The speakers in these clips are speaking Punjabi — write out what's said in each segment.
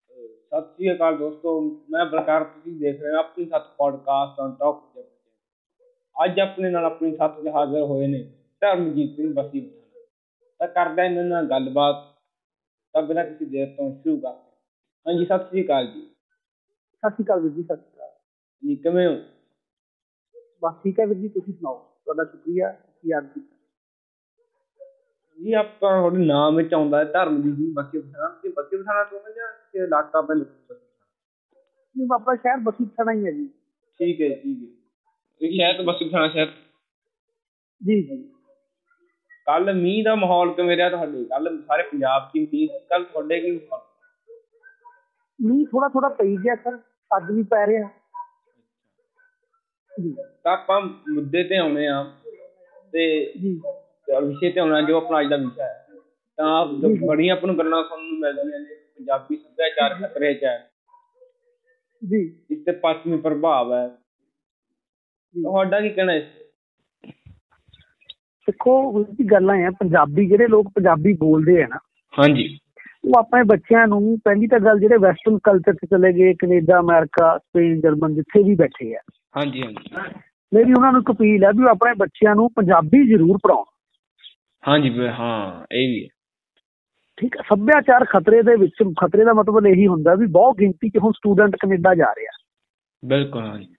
ਸਤਿ ਸ੍ਰੀ ਅਕਾਲ ਦੋਸਤੋ ਮੈਂ ਬਲਕਾਰ ਤੁਸੀਂ ਦੇਖ ਰਹੇ ਹੋ ਆਪਣੀ ਸਾਥ ਪੋਡਕਾਸਟ ਔਨ ਟਾਪ ਅੱਜ ਆਪਣੇ ਨਾਲ ਆਪਣੀ ਸਾਥ ਦੇ ਹਾਜ਼ਰ ਹੋਏ ਨੇ ਧਰਮਜੀਤ ਸਿੰਘ ਬਸੀ ਤਾਂ ਕਰਦਾ ਇਹਨਾਂ ਨਾਲ ਗੱਲਬਾਤ ਤਾਂ ਬਿਨਾਂ ਕਿਸੇ ਦੇਰ ਤੋਂ ਸ਼ੁਰੂ ਕਰਦੇ ਹਾਂ। ਹਾਂਜੀ ਸਤਿ ਸ੍ਰੀ ਅਕਾਲ ਜੀ ਸਤਿ ਸ਼੍ਰੀ ਅਕਾਲ ਵੀਰ ਜੀ ਸਤਿ ਸ਼੍ਰੀ ਅਕਾਲ ਜੀ ਕਿਵੇਂ ਹੋ ਬਸ ਠੀਕ ਹੈ ਵੀਰ ਜੀ ਤੁਸੀਂ ਸੁਣਾਓ ਤੁਹਾਡਾ ਸ਼ੁਕਰੀਆ ਤੁਸੀਂ ਯਾਦ ਕੀਤਾ ਜੀ ਆਪਾਂ ਤੁਹਾਡੇ ਨਾਮ ਵਿੱਚ ਆਉਂਦਾ ਹੈ ਧਰਮਜੀਤ ਸਿੰਘ ਬਸੀ ਪਠਾਣਾ ਤੇ ਬਸੀ ਪਠਾਣਾ ਤੋਂ ਹੋ ਜਾਂ ਕਿਸੇ ਇਲਾਕਾ ਪਿੰਡ ਤੋਂ? ਨਹੀਂ ਆਪਣਾ ਸ਼ਹਿਰ ਬਸੀ ਪਠਾਣਾ ਹੀ ਹੈ ਜੀ ਠੀਕ ਹੈ ਠੀਕ ਹੈ ਇਹ ਸ਼ਹਿਰ ਤੋਂ ਬਸੀ ਪਠਾਣਾ ਸ਼ਹਿਰ ਜੀ ਜੀ ਕੱਲ ਮੀਂਹ ਦਾ ਮਾਹੌਲ ਕਿਵੇਂ ਰਿਹਾ ਤੁਹਾਡੇ ਕੱਲ ਸਾਰੇ ਪੰਜਾਬ 'ਚ ਹੀ ਮੀਂਹ ਕੱਲ ਤੁਹਾਡੇ ਕੀ ਮਾਹੌਲ ਮੀਂਹ ਥੋੜਾ ਥੋੜਾ ਪਈ ਗਿਆ ਸਰ ਅੱਜ ਵੀ ਪੈ ਰਿਹਾ ਜੀ ਤਾਂ ਆਪਾਂ ਮੁੱਦੇ ਤੇ ਆਉਣੇ ਆ ਤੇ ਜੀ ਵਿਸ਼ੇ ਤੇ ਆਉਣਾ ਜੋ ਆਪਣਾ ਅੱਜ ਦਾ ਵਿਸ਼ਾ ਹੈ ਤਾਂ ਆਪ ਜੋ ਬੜੀਆਂ ਆਪਾਂ ਨੂੰ ਗੱਲਾਂ ਸੁਣਨ ਨੂੰ ਮਿਲਦੀਆਂ ਨੇ ਪੰਜਾਬੀ ਸੱਭਿਆਚਾਰ ਖਤਰੇ 'ਚ ਹੈ ਜੀ ਇਸ ਤੇ ਪੱਛਮੀ ਪ੍ਰਭਾਵ ਹੈ ਤੁਹਾਡਾ ਕੀ ਕਹਿਣਾ ਇਸ 'ਤੇ? ਦੇਖੋ ਵੀਰ ਜੀ ਗੱਲਾਂ ਆ ਪੰਜਾਬੀ ਜਿਹੜੇ ਲੋਕ ਪੰਜਾਬੀ ਬੋਲਦੇ ਆ ਨਾ ਹਾਂਜੀ ਉਹ ਆਪਣੇ ਬੱਚਿਆਂ ਨੂੰ ਪਹਿਲੀ ਤਾਂ ਗੱਲ ਜਿਹੜੇ ਵੈਸਟਰਨ ਕਲਚਰ 'ਚ ਚਲੇ ਗਏ ਕੈਨੇਡਾ ਅਮਰੀਕਾ ਸਪੇਨ ਜਰਮਨ ਜਿੱਥੇ ਵੀ ਬੈਠੇ ਆ ਹਾਂਜੀ ਹਾਂਜੀ ਮੇਰੀ ਉਹਨਾਂ ਨੂੰ ਇੱਕ ਅਪੀਲ ਹੈ ਵੀ ਉਹ ਆਪਣੇ ਬੱਚਿਆਂ ਨੂੰ ਪੰਜਾਬੀ ਜ਼ਰੂਰ ਪੜਾਉਣ ਹਾਂਜੀ ਬ- ਹਾਂ ਇਹ ਵੀ ਹੈ ਠੀਕ ਹੈ ਸੱਭਿਆਚਾਰ ਖਤਰੇ ਦੇ ਵਿੱਚ ਖਤਰੇ ਦਾ ਮਤਲਬ ਇਹੀ ਹੁੰਦਾ ਵੀ ਬਹੁਤ ਗਿਣਤੀ 'ਚ ਹੁਣ ਸਟੂਡੈਂਟ ਕੈਨੇਡਾ ਜਾ ਰਿਹਾ ਬਿਲਕੁਲ ਹਾਂਜੀ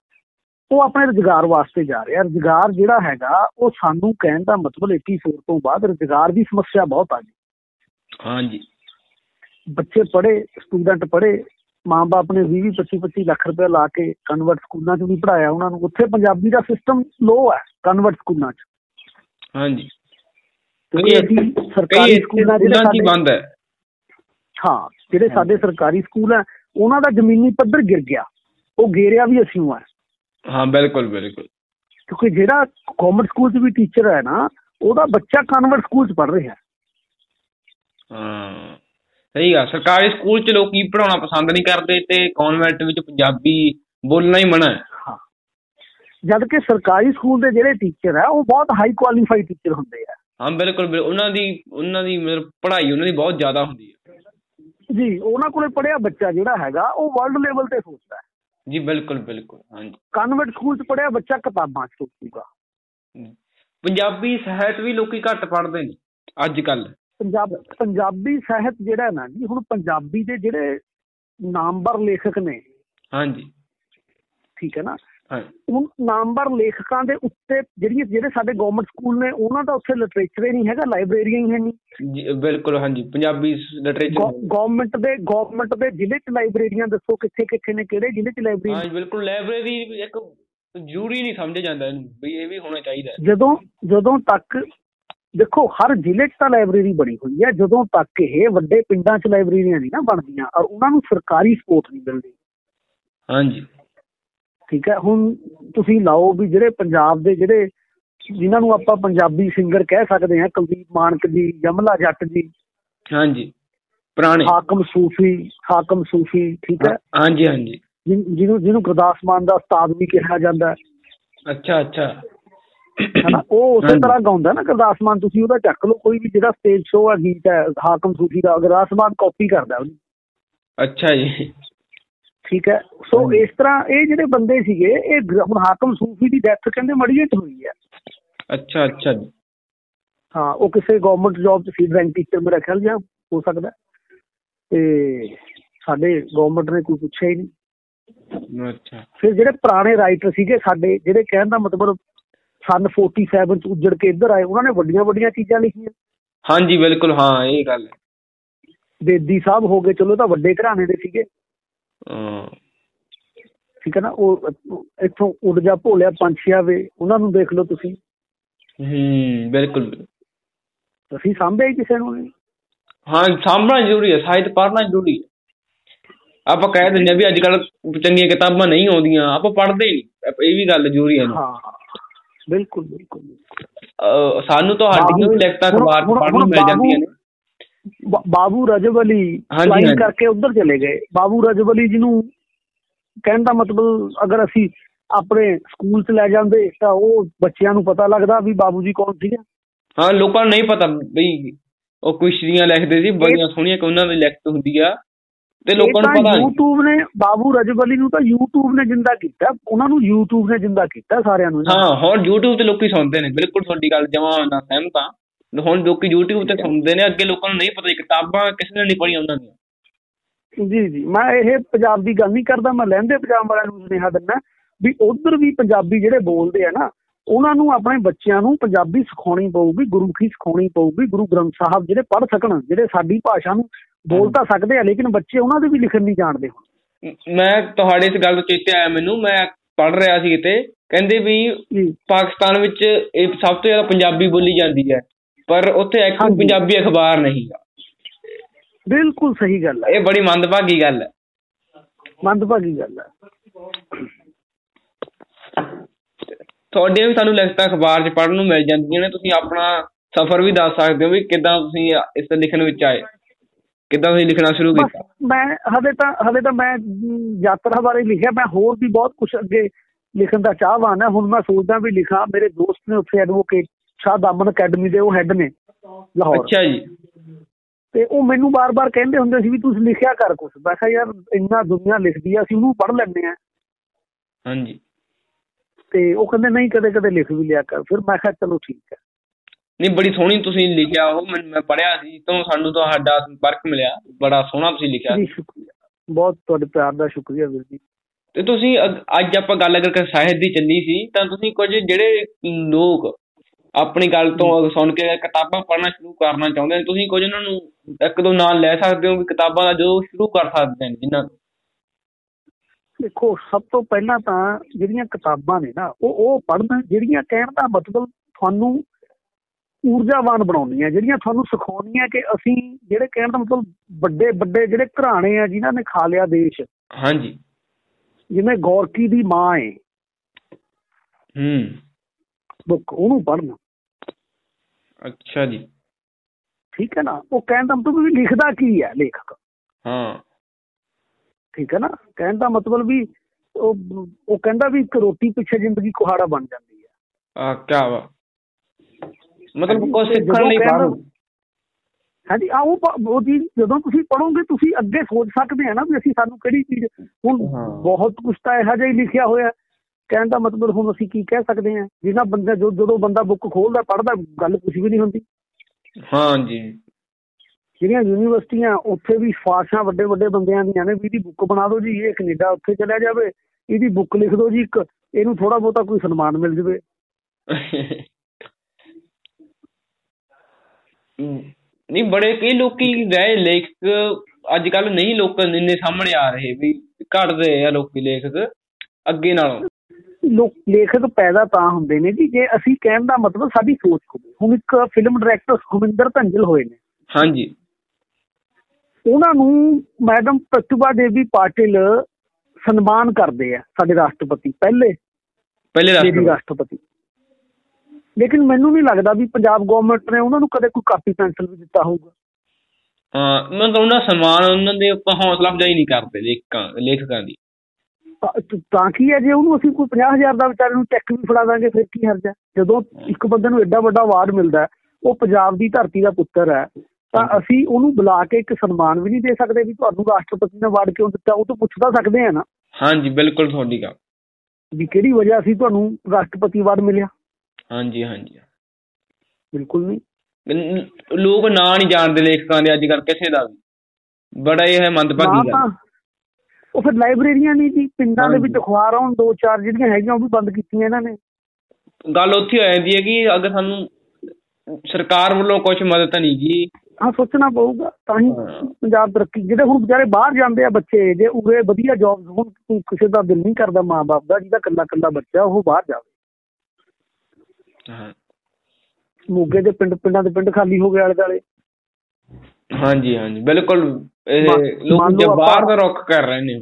ਉਹ ਆਪਣੇ ਰੁਜ਼ਗਾਰ ਵਾਸਤੇ ਜਾ ਰਿਹਾ ਰੁਜ਼ਗਾਰ ਜਿਹੜਾ ਹੈਗਾ ਉਹ ਸਾਨੂੰ ਕਹਿਣ ਦਾ ਮਤਲਬ 84 ਤੋਂ ਬਾਅਦ ਰੁਜ਼ਗਾਰ ਦੀ ਸਮੱਸਿਆ ਬਹੁਤ ਆ ਗਈ ਹਾਂਜੀ ਬੱਚੇ ਪੜ੍ਹੇ ਸਟੂਡੈਂਟ ਪੜ੍ਹੇ ਮਾਂ-ਬਾਪ ਨੇ 20 25 25 ਲੱਖ ਰੁਪਏ ਲਾ ਕੇ ਕਨਵਰਟ ਸਕੂਲਾਂ 'ਚ ਵੀ ਪੜਾਇਆ ਉਹਨਾਂ ਨੂੰ ਉੱਥੇ ਪੰਜਾਬੀ ਦਾ ਸਿਸਟਮ ਲੋ ਹੈ ਕਨਵਰਟ ਸਕੂਲਾਂ 'ਚ ਹਾਂਜੀ ਤੇ ਅਸੀਂ ਸਰਕਾਰੀ ਸਕੂਲਾਂ ਜਿਹੜੇ ਸਾਡੇ ਬੰਦ ਹੈ ਹਾਂ ਜਿਹੜੇ ਸਾਡੇ ਸਰਕਾਰੀ ਸਕੂਲ ਆ ਉਹਨਾਂ ਦਾ ਜ਼ਮੀਨੀ ਪੱਧਰ ਗਿਰ ਗਿਆ ਉਹ ਗੇਰਿਆ ਵੀ ਅਸੀਂ ਹਾਂ ਹਾਂ ਬਿਲਕੁਲ ਬਿਲਕੁਲ ਕਿਉਂਕਿ ਜਿਹੜਾ ਗਵਰਨਮੈਂਟ ਸਕੂਲ 'ਚ ਵੀ ਟੀਚਰ ਹੈ ਨਾ ਉਹਦਾ ਬੱਚਾ ਕਨਵਰਟ ਸਕੂਲ 'ਚ ਪੜ੍ਹ ਰਿਹਾ ਹਾਂ ਸਹੀ ਗੱਲ ਸਰਕਾਰੀ ਸਕੂਲ ਚ ਲੋਕੀ ਪੜਾਉਣਾ ਪਸੰਦ ਨਹੀਂ ਕਰਦੇ ਤੇ ਕਨਵੈਂਟ ਵਿੱਚ ਪੰਜਾਬੀ ਬੋਲਣਾ ਹੀ ਮਨਾ ਹੈ ਹਾਂ ਜਦ ਕਿ ਸਰਕਾਰੀ ਸਕੂਲ ਦੇ ਜਿਹੜੇ ਟੀਚਰ ਆ ਉਹ ਬਹੁਤ ਹਾਈ ਕੁਆਲੀਫਾਈਡ ਟੀਚਰ ਹੁੰਦੇ ਆ ਹਾਂ ਬਿਲਕੁਲ ਬਿਲ- ਉਹਨਾਂ ਦੀ ਉਹਨਾਂ ਦੀ ਮਤਲਬ ਪੜ੍ਹਾਈ ਉਹਨਾਂ ਦੀ ਬਹੁਤ ਜ਼ਿਆਦਾ ਹੁੰਦੀ ਹੈ ਜੀ ਉਹਨਾਂ ਕੋਲੇ ਪੜਿਆ ਬੱਚਾ ਜਿਹੜਾ ਹੈਗਾ ਉਹ ਵਰਲਡ ਲੈਵਲ ਤੇ ਸੋਚਦਾ ਹੈ ਜੀ ਬਿਲਕੁਲ ਬਿਲਕੁਲ ਹਾਂਜੀ ਕਨਵਰਟ ਸਕੂਲ 'ਚ ਪੜਿਆ ਬੱਚਾ ਕਿਤਾਬਾਂ 'ਚ ਸੋਚੂਗਾ ਪੰਜਾਬੀ ਸਾਹਿਤ ਵੀ ਲੋਕੀ ਘੱਟ ਪੜ੍ਹਦੇ ਨੇ ਅੱਜ ਕੱਲ ਪੰਜਾਬ ਪੰਜਾਬੀ ਸਾਹਿਤ ਜਿਹੜਾ ਨਾ ਜੀ ਹੁਣ ਪੰਜਾਬੀ ਦੇ ਜਿਹੜੇ ਨਾਮਵਰ ਲੇਖਕ ਨੇ ਹਾਂਜੀ ਠੀਕ ਹੈ ਨਾ ਹਾਂਜੀ ਉਹ ਨਾਮਵਰ ਲੇਖਕਾਂ ਦੇ ਉੱਤੇ ਜਿਹੜੀਆਂ ਜਿਹੜੇ ਸਾਡੇ ਗਵਰਨਮੈਂਟ ਸਕੂਲ ਨੇ ਉਹਨਾਂ ਦਾ ਉੱਥੇ ਲਿਟਰੇਚਰ ਹੀ ਨਹੀਂ ਹੈਗਾ ਲਾਇਬ੍ਰੇਰੀਆਂ ਹੀ ਹੈ ਨਹੀਂ ਜੀ, ਬਿਲਕੁਲ ਹਾਂਜੀ ਪੰਜਾਬੀ ਲਿਟਰੇਚਰ ਗਵਰਨਮੈਂਟ ਦੇ ਗਵਰਨਮੈਂਟ ਦੇ ਜ਼ਿਲ੍ਹੇ ਚ ਲਾਇਬ੍ਰੇਰੀਆਂ ਦੱਸੋ ਕਿੱਥੇ ਕਿੱਥੇ ਨੇ ਕਿਹੜੇ ਜ਼ਿਲ੍ਹੇ ਚ ਲਾਇਬ੍ਰੇਰੀ ਹਾਂਜੀ ਬਿਲਕੁਲ ਲਾਇਬ੍ਰੇਰੀ ਵੀ ਇੱਕ ਜ਼ਰੂਰੀ ਨਹੀਂ ਸਮਝਿਆ ਜਾਂਦਾ ਇਹਨੂੰ ਵੀ ਇਹ ਵੀ ਹੋਣਾ ਚਾਹੀਦਾ ਹੈ। ਜਦੋਂ ਜਦੋਂ ਤੱਕ ਦੇਖੋ ਹਰ ਜ਼ਿਲ੍ਹੇ ਚ ਤਾਂ ਲਾਇਬ੍ਰੇਰੀ ਬਣੀ ਹੋਈ ਹੈ ਜਦੋਂ ਤੱਕ ਇਹ ਵੱਡੇ ਪਿੰਡਾਂ ਚ ਲਾਇਬ੍ਰੇਰੀਆਂ ਨਹੀਂ ਨਾ ਬਣਦੀਆਂ ਔਰ ਉਹਨਾਂ ਨੂੰ ਸਰਕਾਰੀ ਸਪੋਰਟ ਨਹੀਂ ਮਿਲਦੀ ਹਾਂਜੀ ਠੀਕ ਹੈ ਹੁਣ ਤੁਸੀਂ ਲਾਓ ਵੀ ਜਿਹੜੇ ਪੰਜਾਬ ਦੇ ਜਿਹੜੇ ਜਿਨ੍ਹਾਂ ਨੂੰ ਆਪਾਂ ਪੰਜਾਬੀ ਸਿੰਗਰ ਕਹਿ ਸਕਦੇ ਹਾਂ ਕੁਲਦੀਪ ਮਾਨਕ ਜੀ ਯਮਲਾ ਜੱਟ ਜੀ ਹਾਂਜੀ ਪੁਰਾਣੇ ਹਾਕਮ ਸੂਫੀ ਹਾਕਮ ਸੂਫੀ ਠੀਕ ਹੈ ਹਾਂਜੀ ਹਾਂਜੀ ਜਿਨ- ਜਿਹਨੂੰ ਜਿਹਨੂੰ ਗੁਰਦਾਸ ਮਾਨ ਦਾ ਉਸਤਾਦ ਵੀ ਕਿਹਾ ਜਾਂਦਾ ਹੈ ਅੱਛਾ ਅੱਛਾ ਹਨਾ ਉਹ ਉਸੇ ਹਾਂਜੀ। ਤਰ੍ਹਾਂ ਗਾਉਂਦਾ ਨਾ ਗੁਰਦਾਸ ਮਾਨ ਤੁਸੀਂ ਉਹਦਾ ਚੱਕ ਲਓ ਕੋਈ ਵੀ ਜਿਹੜਾ ਸਟੇਜ ਸ਼ੋਅ ਹੈ ਗੀਤ ਹੈ ਹਾਕਮ ਸੂਫੀ ਦਾ ਗੁਰਦਾਸ ਮਾਨ ਕਾਪੀ ਕਰਦਾ ਉਹਦੀ ਅੱਛਾ ਜੀ ਠੀਕ ਹੈ ਸੋ ਹਾਂਜੀ। ਇਸ ਤਰ੍ਹਾਂ ਇਹ ਜਿਹੜੇ ਬੰਦੇ ਸੀਗੇ ਇਹ ਗ- ਹੁਣ ਹਾਕਮ ਸੂਫੀ ਦੀ ਡੈਥ ਕਹਿੰਦੇ ਮੜੀਏ ਚ ਹੋਈ ਹੈ ਅੱਛਾ ਅੱਛਾ ਜੀ ਹਾਂ ਉਹ ਕਿਸੇ ਗਵਰਨਮੈਂਟ ਜੌਬ ਚ ਫੀਡ ਬੈਂਕ ਟੀਚਰ ਮੇਰਾ ਖਿਆਲ ਜਾਂ ਹੋ ਸਕਦਾ ਹੈ। ਤੇ ਸਾਡੇ ਗਵਰਨਮੈਂਟ ਨੇ ਕੋਈ ਪੁੱਛਿਆ ਹੀ ਨਹੀਂ ਅੱਛਾ ਫਿਰ ਜਿਹੜੇ ਪੁਰਾਣੇ ਰਾਈਟਰ ਸੀਗੇ ਸਾਡੇ ਜਿਹੜੇ ਕਹਿਣ ਦਾ ਮਤਲਬ ਸਨ 47 ਚ ਉੱਜੜ ਕੇ ਇੱਧਰ ਆਏ ਉਹਨਾਂ ਨੇ ਵੱਡੀਆਂ ਵੱਡੀਆਂ ਚੀਜ਼ਾਂ ਲਿਖੀਆਂ ਹਾਂਜੀ ਬਿਲਕੁਲ ਹਾਂ ਇਹ ਗੱਲ ਹੈ ਬੇਦੀ ਸਾਹਿਬ ਹੋ ਗਏ ਚਲੋ ਇਹ ਤਾਂ ਵੱਡੇ ਘਰਾਣੇ ਦੇ ਸੀਗੇ ਹਾਂ, ਠੀਕ ਹੈ ਨਾ ਉਹ ਉਹ ਇੱਥੋਂ ਉੱਡ ਜਾ ਭੋਲਿਆ ਪੰਛੀਆ ਵੇ ਉਹਨਾਂ ਨੂੰ ਦੇਖ ਲਓ ਤੁਸੀਂ ਹੂੰ ਬਿਲਕੁਲ ਅਸੀਂ ਸਾਂਭਿਆ ਹੀ ਕਿਸੇ ਨੂੰ ਨਹੀਂ ਹਾਂ ਸਾਂਭਣਾ ਜ਼ਰੂਰੀ ਹੈ ਸਾਹਿਤ ਪੜ੍ਹਨਾ ਜ਼ਰੂਰੀ ਹੈ ਆਪਾਂ ਕਹਿ ਦਿੰਦੇ ਹਾਂ ਵੀ ਅੱਜ ਕੱਲ ਚੰਗੀਆਂ ਕਿਤਾਬਾਂ ਨਹੀਂ ਆਉਂਦੀਆਂ ਆਪਾਂ ਪੜ੍ਹਦੇ ਹੀ ਨਹੀਂ ਇਹ ਵੀ ਗੱਲ ਜ਼ਰੂਰੀ ਹੈ ਨਾ। ਹਾਂ ਬਿਲਕੁਲ ਬਿਲਕੁਲ ਬਿਲਕੁਲ। ਅਹ, ਸਾਨੂੰ ਤੁਹਾਡੀਆਂ ਬਾਬੂ- ਲਿਖਤਾਂ ਹੁਣ- ਅਖਬਾਰ ਹੁਣ- ਚ ਪੜ੍ਹਨ ਨੂੰ ਮਿਲ ਬਾਬੂ- ਜਾਂਦੀਆਂ ਨੇ ਬਾ- ਬਾਬੂ ਰਜਬ ਅਲੀ ਹਾਂਜੀ, ਫਲਾਈ ਹਾਂਜੀ। ਕਰਕੇ ਉੱਧਰ ਚਲੇ ਗਏ ਬਾਬੂ ਰਜਬ ਅਲੀ ਜਿਹਨੂੰ ਕਹਿਣ ਦਾ ਮਤਲਬ ਅਗਰ ਅਸੀਂ ਆਪਣੇ ਸਕੂਲ 'ਚ ਲੈ ਜਾਂਦੇ ਤਾਂ ਉਹ ਬੱਚਿਆਂ ਨੂੰ ਪਤਾ ਲੱਗਦਾ ਵੀ ਬਾਬੂ ਜੀ ਕੌਣ ਸੀਗੇ ਹਾਂ ਲੋਕਾਂ ਨੂੰ ਨਹੀਂ ਪਤਾ ਬਈ ਉਹ ਕੁਸ਼ਤੀਆਂ ਲਿਖਦੇ ਸੀ ਬੜੀਆਂ ਸੋਹਣੀਆਂ ਕਿ ਉਹਨਾਂ ਦੀ ਲਿਖਤ ਹੁੰਦੀ ਆ ਤੇ ਲੋਕਾਂ ਨੂੰ ਇਹ ਤਾਂ ਪਤਾ ਨਹੀਂ YouTube ਨੇ ਬਾਬੂ ਰਜਬ ਅਲੀ ਨੂੰ ਤਾਂ YouTube ਨੇ ਜਿੰਦਾ ਕੀਤਾ ਉਹਨਾਂ ਨੂੰ YouTube ਨੇ ਜਿੰਦਾ ਕੀਤਾ ਸਾਰਿਆਂ ਨੂੰ ਹਾਂ ਹੁਣ YouTube ਤੇ ਲੋਕੀ ਸੁਣਦੇ ਨੇ ਬਿਲਕੁਲ ਤੁਹਾਡੀ ਗੱਲ ਜਮਾ ਨਾ ਸਹਿਮਤ ਹਾਂ ਹੁਣ ਲੋਕੀ YouTube ਤੇ ਸੁਣਦੇ ਨੇ ਅੱਗੇ ਲੋਕਾਂ ਨੂੰ ਨਹੀਂ ਪਤਾ ਇਹ ਕਿਤਾਬਾਂ ਕਿਸੇ ਨੇ ਨਹੀਂ ਪੜ੍ਹੀਆਂ ਉਹਨਾਂ ਦੀਆਂ ਜੀ ਜੀ ਮੈਂ ਇਹ ਪੰਜਾਬ ਦੀ ਗੱਲ ਨਹੀਂ ਕਰਦਾ ਮੈਂ ਲਹਿੰਦੇ ਪੰਜਾਬ ਵਾਲਿਆਂ ਨੂੰ ਸੁਨੇਹਾ ਦਿੰਦਾ ਵੀ ਉਧਰ ਵੀ ਪੰਜਾਬੀ ਜਿਹੜੇ ਬੋਲਦੇ ਆ ਨਾ ਉਹਨਾਂ ਨੂੰ ਆਪਣੇ ਬੱਚਿਆਂ ਨੂੰ ਪੰਜਾਬੀ ਸਿਖਾਉਣੀ ਪਊਗੀ ਗੁਰਮੁਖੀ ਸਿਖਾਉਣੀ ਪਊਗੀ ਗੁਰੂ ਗ੍ਰੰਥ ਸਾਹਿਬ ਜਿਹੜੇ ਪੜ੍ਹ ਸਕਣ ਜਿਹੜੇ ਸਾਡੀ ਭਾਸ਼ਾ ਨੂੰ ਬੋਲ ਤਾਂ ਸਕਦੇ ਆ ਲੇਕਿਨ ਬੱਚੇ ਉਹਨਾਂ ਦੇ ਵੀ ਲਿਖਣ ਨਹੀਂ ਜਾਣਦੇ ਮ- ਮੈਂ ਤੁਹਾਡੇ ਇਸ ਗੱਲ ਤੋਂ ਚੇਤੇ ਆਇਆ ਮੈਨੂੰ ਮੈਂ ਪੜ੍ਹ ਰਿਹਾ ਸੀ ਕਿਤੇ ਕਹਿੰਦੇ ਵੀ ਜੀ ਪਾਕਿਸਤਾਨ ਵਿੱਚ ਇਹ ਸਭ ਤੋਂ ਜ਼ਿਆਦਾ ਪੰਜਾਬੀ ਬੋਲੀ ਜਾਂਦੀ ਹੈ ਪਰ ਉੱਥੇ ਇੱਕ ਹਾਂਜੀ। ਪੰਜਾਬੀ ਅਖਬਾਰ ਨਹੀਂ ਗਾ। ਬਿਲਕੁਲ ਸਹੀ ਗੱਲ ਹੈ ਇਹ ਬੜੀ ਮੰਦਭਾਗੀ ਗੱਲ ਹੈ ਮੰਦਭਾਗੀ ਗੱਲ ਹੈ ਤੁਹਾਡੀਆਂ ਵੀ ਸਾਨੂੰ ਲਿਖਤਾਂ ਅਖਬਾਰ 'ਚ ਪੜ੍ਹਨ ਨੂੰ ਮਿਲ ਜਾਂਦੀਆਂ ਨੇ ਤੁਸੀਂ ਆਪਣਾ ਸਫ਼ਰ ਵੀ ਦੱਸ ਸਕਦੇ ਹੋ ਵੀ ਕਿੱਦਾਂ ਤੁਸੀਂ ਇਸ ਲਿਖਣ ਵਿੱਚ ਆਏ ਕਿੱਦਾਂ ਤੁਸੀਂ ਲਿਖਣਾ ਸ਼ੁਰੂ ਬਸ ਕੀਤਾ ਮੈਂ ਹਲੇ ਤਾਂ ਹਲੇ ਤਾਂ ਮੈਂ ਅਮ, ਯਾਤਰਾ ਬਾਰੇ ਲਿਖਿਆ ਮੈਂ ਹੋਰ ਵੀ ਬਹੁਤ ਕੁਝ ਅੱਗੇ ਲਿਖਣ ਦਾ ਚਾਹਵਾਨ ਹੈ ਹੁਣ ਮੈਂ ਸੋਚਦਾ ਵੀ ਲਿਖਾਂ ਮੇਰੇ ਦੋਸਤ ਨੇ ਉੱਥੇ ਐਡਵੋਕੇਟ ਸ਼ਾਹ ਦਾਮਨ ਅਕੈਡਮੀ ਦੇ ਉਹ ਹੈੱਡ ਨੇ ਲਾਹੌਰ ਅੱਛਾ ਜੀ ਤੇ ਉਹ ਮੈਨੂੰ ਬਾਰ-ਬਾਰ ਕਹਿੰਦੇ ਹੁੰਦੇ ਸੀ ਵੀ ਤੁਸੀਂ ਲਿਖਿਆ ਕਰ ਕੁਝ ਮੈਂ ਕਿਹਾ ਯਾਰ ਇੰਨਾ ਦੁਨੀਆ ਲਿਖਦੀ ਆ ਅਸੀਂ ਉਹਨੂੰ ਪੜ੍ਹ ਲੈਂਦੇ ਆ ਹਾਂਜੀ ਤੇ ਉਹ ਕਹਿੰਦੇ ਨਹੀਂ ਕਦੇ-ਕਦੇ ਲਿਖ ਵੀ ਲਿਆ ਕਰ ਫਿਰ ਮੈਂ ਕਿਹਾ ਚਲੋ ਠੀਕ ਹੈ ਨਹੀਂ ਬੜੀ ਸੋਹਣੀ ਤੁਸੀਂ ਲਿਖਿਆ ਉਹ ਮੈਂ- ਮੈਂ ਪੜਿਆ ਸੀ ਤੋਂ ਸਾਨੂੰ ਤੁਹਾਡਾ ਸੰਪਰਕ ਮਿਲਿਆ ਬੜਾ ਸੋਹਣਾ ਤੁਸੀਂ ਲਿਖਿਆ ਜੀ ਸ਼ੁਕਰੀਆ ਬਹੁਤ ਤੁਹਾਡੇ ਪਿਆਰ ਦਾ ਸ਼ੁਕਰੀਆ ਵੀਰ ਜੀ ਤੇ ਤੁਸੀਂ ਅਗ- ਅੱਜ ਆਪਾਂ ਗੱਲ ਕਰਕੇ ਸਾਹਿਤ ਦੀ ਚੱਲੀ ਸੀ ਤਾਂ ਤੁਸੀਂ ਕੁਝ ਜਿਹੜੇ ਲੋਕ ਆਪਣੀ ਗੱਲ ਤੋਂ ਸੁਣ ਕੇ ਕਿਤਾਬਾਂ ਪੜ੍ਹਨਾ ਸ਼ੁਰੂ ਕਰਨਾ ਚਾਹੁੰਦੇ ਨੇ ਤੁਸੀਂ ਕੁਝ ਉਹਨਾਂ ਨੂੰ ਇੱਕ ਦੋ ਨਾਂ ਲੈ ਸਕਦੇ ਹੋ ਵੀ ਕਿਤਾਬਾਂ ਦਾ ਜੋ ਸ਼ੁਰੂ ਕਰ ਸਕਦੇ ਨੇ ਜਿਨ੍ਹਾਂ ਦੇਖੋ ਸਭ ਤੋਂ ਪਹਿਲਾਂ ਤਾਂ ਜਿਹੜੀਆਂ ਕਿਤਾਬਾਂ ਨੇ ਨਾ ਉਹ ਉਹ ਪੜ੍ਹਨ ਜਿਹੜੀਆਂ ਕਹਿਣ ਦਾ ਮਤਲਬ ਤੁਹਾਨੂੰ ਊਰਜਾਵਾਨ ਬਣਾਉਂਦੀਆਂ ਜਿਹੜੀਆਂ ਤੁਹਾਨੂੰ ਸਿਖਾਉਂਦੀਆਂ ਕਿ ਅਸੀਂ ਜਿਹੜੇ ਕਹਿਣ ਦਾ ਮਤਲਬ ਵੱਡੇ ਵੱਡੇ ਜਿਹੜੇ ਘਰਾਣੇ ਆ ਜਿਨ੍ਹਾਂ ਨੇ ਖਾ ਲਿਆ ਦੇਸ਼ ਹਾਂਜੀ ਜਿਵੇਂ ਗੋਰਕੀ ਦੀ ਮਾਂ ਏ ਹੂੰ ਬੁੱਕ ਉਹਨੂੰ ਪੜ੍ਹਨਾ ਅੱਛਾ ਜੀ ਠੀਕ ਹੈ ਨਾ ਉਹ ਕਹਿਣ ਦਾ ਮਤਲਬ ਵੀ ਲਿਖਦਾ ਕੀ ਹੈ ਲੇਖਕ ਹਾਂ ਠੀਕ ਹੈ ਨਾ ਕਹਿਣ ਦਾ ਮਤਲਬ ਵੀ ਉਹ ਉਹ ਕਹਿੰਦਾ ਵੀ ਇੱਕ ਰੋਟੀ ਪਿੱਛੇ ਜ਼ਿੰਦਗੀ ਕੁਹਾੜਾ ਬਣ ਜਾਂਦੀ ਹੈ ਆ ਕਿਆ ਵਾ ਮਤਲਬ ਹਾਂਜੀ, ਕੁਝ ਤੇ ਸਿੱਖਣ ਜਦੋਂ ਲਈ ਕਹਿਣ ਦਾ- ਬਾਹਰੋਂ ਹਾਂਜੀ ਆ ਉਹ ਪ- ਉਹ ਚੀਜ਼ ਜਦੋਂ ਤੁਸੀਂ ਪੜੋਗੇ ਤੁਸੀਂ ਅੱਗੇ ਸੋਚ ਸਕਦੇ ਆ ਨਾ ਵੀ ਅਸੀਂ ਸਾਨੂੰ ਕਿਹੜੀ ਚੀਜ਼ ਹੁਣ ਹਾਂ। ਬਹੁਤ ਕੁਝ ਤਾਂ ਇਹੋ ਜਿਹਾ ਹੀ ਲਿਖਿਆ ਹੋਇਆ ਕਹਿਣ ਦਾ ਮਤਲਬ ਹੁਣ ਅਸੀਂ ਕੀ ਕਹਿ ਸਕਦੇ ਆ ਜਿਹਨਾਂ ਬੰਦਾ ਜੋ- ਜਦੋਂ ਬੰਦਾ ਬੁੱਕ ਖੋਲਦਾ ਪੜਦਾ ਗੱਲ ਕੁਝ ਵੀ ਨਹੀਂ ਹੁੰਦੀ ਹਾਂ ਜੀ ਜਿਹੜੀਆਂ ਯੂਨੀਵਰਸਿਟੀਆਂ ਉੱਥੇ ਵੀ ਸਿਫਾਰਸ਼ਾਂ ਵੱਡੇ ਵੱਡੇ ਬੰਦਿਆਂ ਦੀਆਂ ਨੇ ਵੀ ਇਹਦੀ ਬੁੱਕ ਬਣਾ ਦਿਓ ਜੀ ਇਹ ਕੈਨੇਡਾ ਉੱਥੇ ਚਲਿਆ ਜਾਵੇ ਇਹਦੀ ਬੁੱਕ ਲਿਖ ਦਿਓ ਜੀ ਇੱਕ ਇਹਨੂੰ ਥੋੜਾ ਬਹੁਤਾ ਕੋਈ ਸਨਮਾਨ ਮਿਲ ਜਾਵੇ ਹਮ, ਨਹੀਂ ਬੜੇ ਕਈ ਲੋਕੀ ਰਹੇ ਲੇਖਕ ਅੱਜ ਕੱਲ ਨਹੀਂ ਲੋਕਾਂ ਦੇ ਇੰਨੇ ਸਾਹਮਣੇ ਆ ਰਹੇ ਵੀ ਘਟਦੇ ਆ ਲੋਕੀ ਲੇਖਕ ਅੱਗੇ ਨਾਲੋਂ ਲੋਕ ਲੇਖਕ ਪੈਦਾ ਤਾਂ ਹੁੰਦੇ ਨੇ ਜੀ ਜੇ ਅਸੀਂ ਕਹਿਣ ਦਾ ਮਤਲਬ ਸਾਡੀ ਸੋਚ ਹੋਵੇ ਹੁਣ ਇੱਕ ਫਿਲਮ ਡਾਇਰੈਕਟਰ ਸੁਖਵਿੰਦਰ ਧੰਜਲ ਹੋਏ ਨੇ ਹਾਂਜੀ ਉਹਨਾਂ ਨੂੰ ਮੈਡਮ ਪ੍ਰਤਿਭਾ ਦੇਵੀ ਪਾਟਿਲ ਸਨਮਾਨ ਕਰਦੇ ਆ ਸਾਡੇ ਰਾਸ਼ਟਰਪਤੀ ਪਹਿਲੇ ਪਹਿਲੇ ਲੇਡੀ ਰਾਸ਼ਟਰ ਰਾਸ਼ਟਰਪਤੀ ਲੇਕਿਨ ਮੈਨੂੰ ਨਹੀਂ ਲੱਗਦਾ ਵੀ ਪੰਜਾਬ ਗਵਰਨਮੈਂਟ ਨੇ ਉਹਨਾਂ ਨੂੰ ਕਦੇ ਕੋਈ ਕਾਪੀ ਪੈਨਸਲ ਵੀ ਦਿੱਤਾ ਹੋਊਗਾ ਹਾਂ ਮਤਲਬ ਉਹਨਾਂ ਸਨਮਾਨ ਉਹਨਾਂ ਦੇ ਆਪਾਂ ਹੌਸਲਾ ਅਫਜ਼ਾਈ ਨਹੀਂ ਕਰਦੇ ਲੇਖਕਾਂ ਲੇਖਕਾਂ ਦੀ ਤਾਂ- ਤ- ਤਾਂ ਕੀ ਹੈ ਜੇ ਉਹਨੂੰ ਅਸੀਂ ਕੋਈ 50000 ਦਾ ਵਿਚਾਰੇ ਨੂੰ ਚੈੱਕ ਵੀ ਫੜਾ ਦਾਂਗੇ ਫਿਰ ਕੀ ਹਰਜ ਹੈ ਜਦੋਂ ਇੱਕ ਬੰਦੇ ਨੂੰ ਐਡਾ ਵੱਡਾ ਅਵਾਰਡ ਮਿਲਦਾ ਹੈ, ਉਹ ਪੰਜਾਬ ਦੀ ਧਰਤੀ ਦਾ ਪੁੱਤਰ ਹੈ ਤਾਂ ਹਾਂਜੀ। ਅਸੀਂ ਉਹਨੂੰ ਬੁਲਾ ਕੇ ਇੱਕ ਸਨਮਾਨ ਵੀ ਨਹੀਂ ਦੇ ਸਕਦੇ ਵੀ ਤੁਹਾਨੂੰ ਰਾਸ਼ਟਰਪਤੀ ਨੇ ਅਵਾਰਡ ਕਿਉਂ ਦਿੱਤਾ ਉਹ ਤੋਂ ਪੁੱਛ ਤਾਂ ਸਕਦੇ ਆ ਨਾ ਹਾਂਜੀ ਬਿਲਕੁਲ ਤੁਹਾਡੀ ਗੱਲ ਵੀ ਕਿਹੜੀ ਵਜ੍ਹਾ ਸੀ ਤੁਹਾਨੂੰ ਰਾਸ਼ਟਰਪਤੀ ਅਵਾਰਡ ਮਿਲਿਆ ਹਾਂਜੀ ਹਾਂਜੀ ਬਿਲਕੁਲ ਨਹੀਂ ਲ- ਲੋਕ ਨਾਂ ਨਹੀਂ ਜਾਣਦੇ ਲੇਖਕਾਂ ਦੇ ਅੱਜ ਕੱਲ ਕਿਸੇ ਦਾ ਵੀ ਬੜਾ ਇਹ ਹੈ ਨਾ ਮੰਦਭਾਗੀ ਤਾਂ ਗੱਲ ਉਹ ਫਿਰ ਲਾਇਬ੍ਰੇਰੀਆਂ ਨਹੀਂ ਜੀ ਪਿੰਡਾਂ ਦੇ ਵਿੱਚ ਹਾਂਜੀ। ਅਖਬਾਰ ਆਉਣ ਦੋ ਚਾਰ ਜਿਹੜੀਆਂ ਹੈਗੀਆਂ ਉਹ ਵੀ ਬੰਦ ਕੀਤੀਆਂ ਇਹਨਾਂ ਨੇ ਗੱਲ ਉੱਥੇ ਆ ਜਾਂਦੀ ਹੈ ਕਿ ਅਗਰ ਸਾਨੂੰ ਸਰਕਾਰ ਵੱਲੋਂ ਕੁਝ ਮਦਦ ਨਹੀਂ ਗੀ ਹਾਂ ਸੋਚਣਾ ਪਊਗਾ ਤਾਂ ਹੀ ਹਾਂ। ਪੰਜਾਬ ਤਰੱਕੀ ਜਿਹੜੇ ਹੁਣ ਵਿਚਾਰੇ ਬਾਹਰ ਜਾਂਦੇ ਆ ਬੱਚੇ ਜੇ ਉਰੇ ਵਧੀਆ ਜੌਬਸ ਹੁਣ ਕੋਈ ਕਿਸੇ ਦਾ ਦਿਲ ਨਹੀਂ ਕਰਦਾ ਮਾਂ-ਬਾਪ ਦਾ ਜਿਹਦਾ ਕੱਲਾ ਕੱਲਾ ਬੱਚਾ ਉਹ ਬਾਹਰ ਜਾਵੇ ਹਾਂ। ਮੋਗੇ ਦੇ ਪਿੰਡ ਪਿੰਡਾਂ ਦੇ ਪਿੰਡ ਖਾਲੀ ਹੋ ਗਏ ਆਲੇ ਦੁਆਲੇ ਹਾਂਜੀ ਹਾਂਜੀ ਬਿਲਕੁਲ ਇਹ ਮੰਨ- ਲੋਕ ਮੰਨ ਜੇ ਲਓ ਆਪਾਂ- ਬਾਹਰ ਦਾ ਰੁੱਖ ਕਰ ਰਹੇ ਨੇ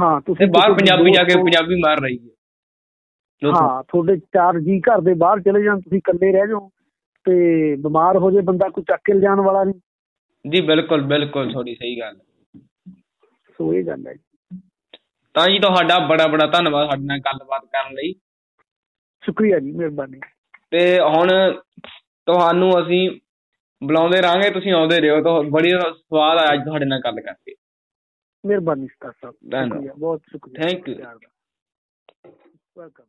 ਹਾਂ ਤੇ ਤੁਸੀਂ ਬਾਹਰ ਕਿਸੇ ਪੰਜਾਬੀ ਜਾ ਦੋਸਤ ਕੇ ਨੂੰ- ਪੰਜਾਬੀ ਮਾਰ ਰਹੀ ਹੈ ਲੋਕ- ਹਾਂ ਤੁਹਾਡੇ ਚਾਰ ਜੀ ਘਰ ਦੇ ਬਾਹਰ ਚਲੇ ਜਾਣ ਤੁਸੀਂ ਇਕੱਲੇ ਰਹਿ ਜਾਓ ਤੇ ਬਿਮਾਰ ਹੋ ਜੇ ਬੰਦਾ ਕੋਈ ਚੱਕ ਕੇ ਲਿਜਾਣ ਵਾਲਾ ਨਹੀਂ ਜੀ ਬਿਲਕੁਲ ਬਿਲਕੁਲ ਤੁਹਾਡੀ ਸਹੀ ਗੱਲ ਹੈ। ਸੋ ਇਹ ਗੱਲ ਹੈ ਜੀ। ਤਾਂ ਜੀ ਤੁਹਾਡਾ ਬੜਾ ਬੜਾ ਧੰਨਵਾਦ ਸਾਡੇ ਨਾਲ ਗੱਲਬਾਤ ਕਰਨ ਲਈ ਸ਼ੁਕਰੀਆ ਜੀ ਮਿਹਰਬਾਨੀ ਤੇ ਹੁਣ ਤੁਹਾਨੂੰ ਅਸੀਂ ਬੁਲਾਉਂਦੇ ਰਾਂਗੇ ਤੁਸੀਂ ਆਉਂਦੇ ਰਹੋ ਤਾਂ ਬੜੀ ਸਵਾਦ ਆਇਆ ਅੱਜ ਤੁਹਾਡੇ ਨਾਲ ਗੱਲ ਕਰਕੇ ਮਿਹਰਬਾਨੀ ਸਤਾਰ ਸਾਹਿਬ ਧੰਨਵਾਦ। ਸ਼ੁਕਰੀਆ, ਬਹੁਤ ਸ਼ੁਕਰੀਆ Thank you. ਪਿਆਰ ਦਾ। Welcome.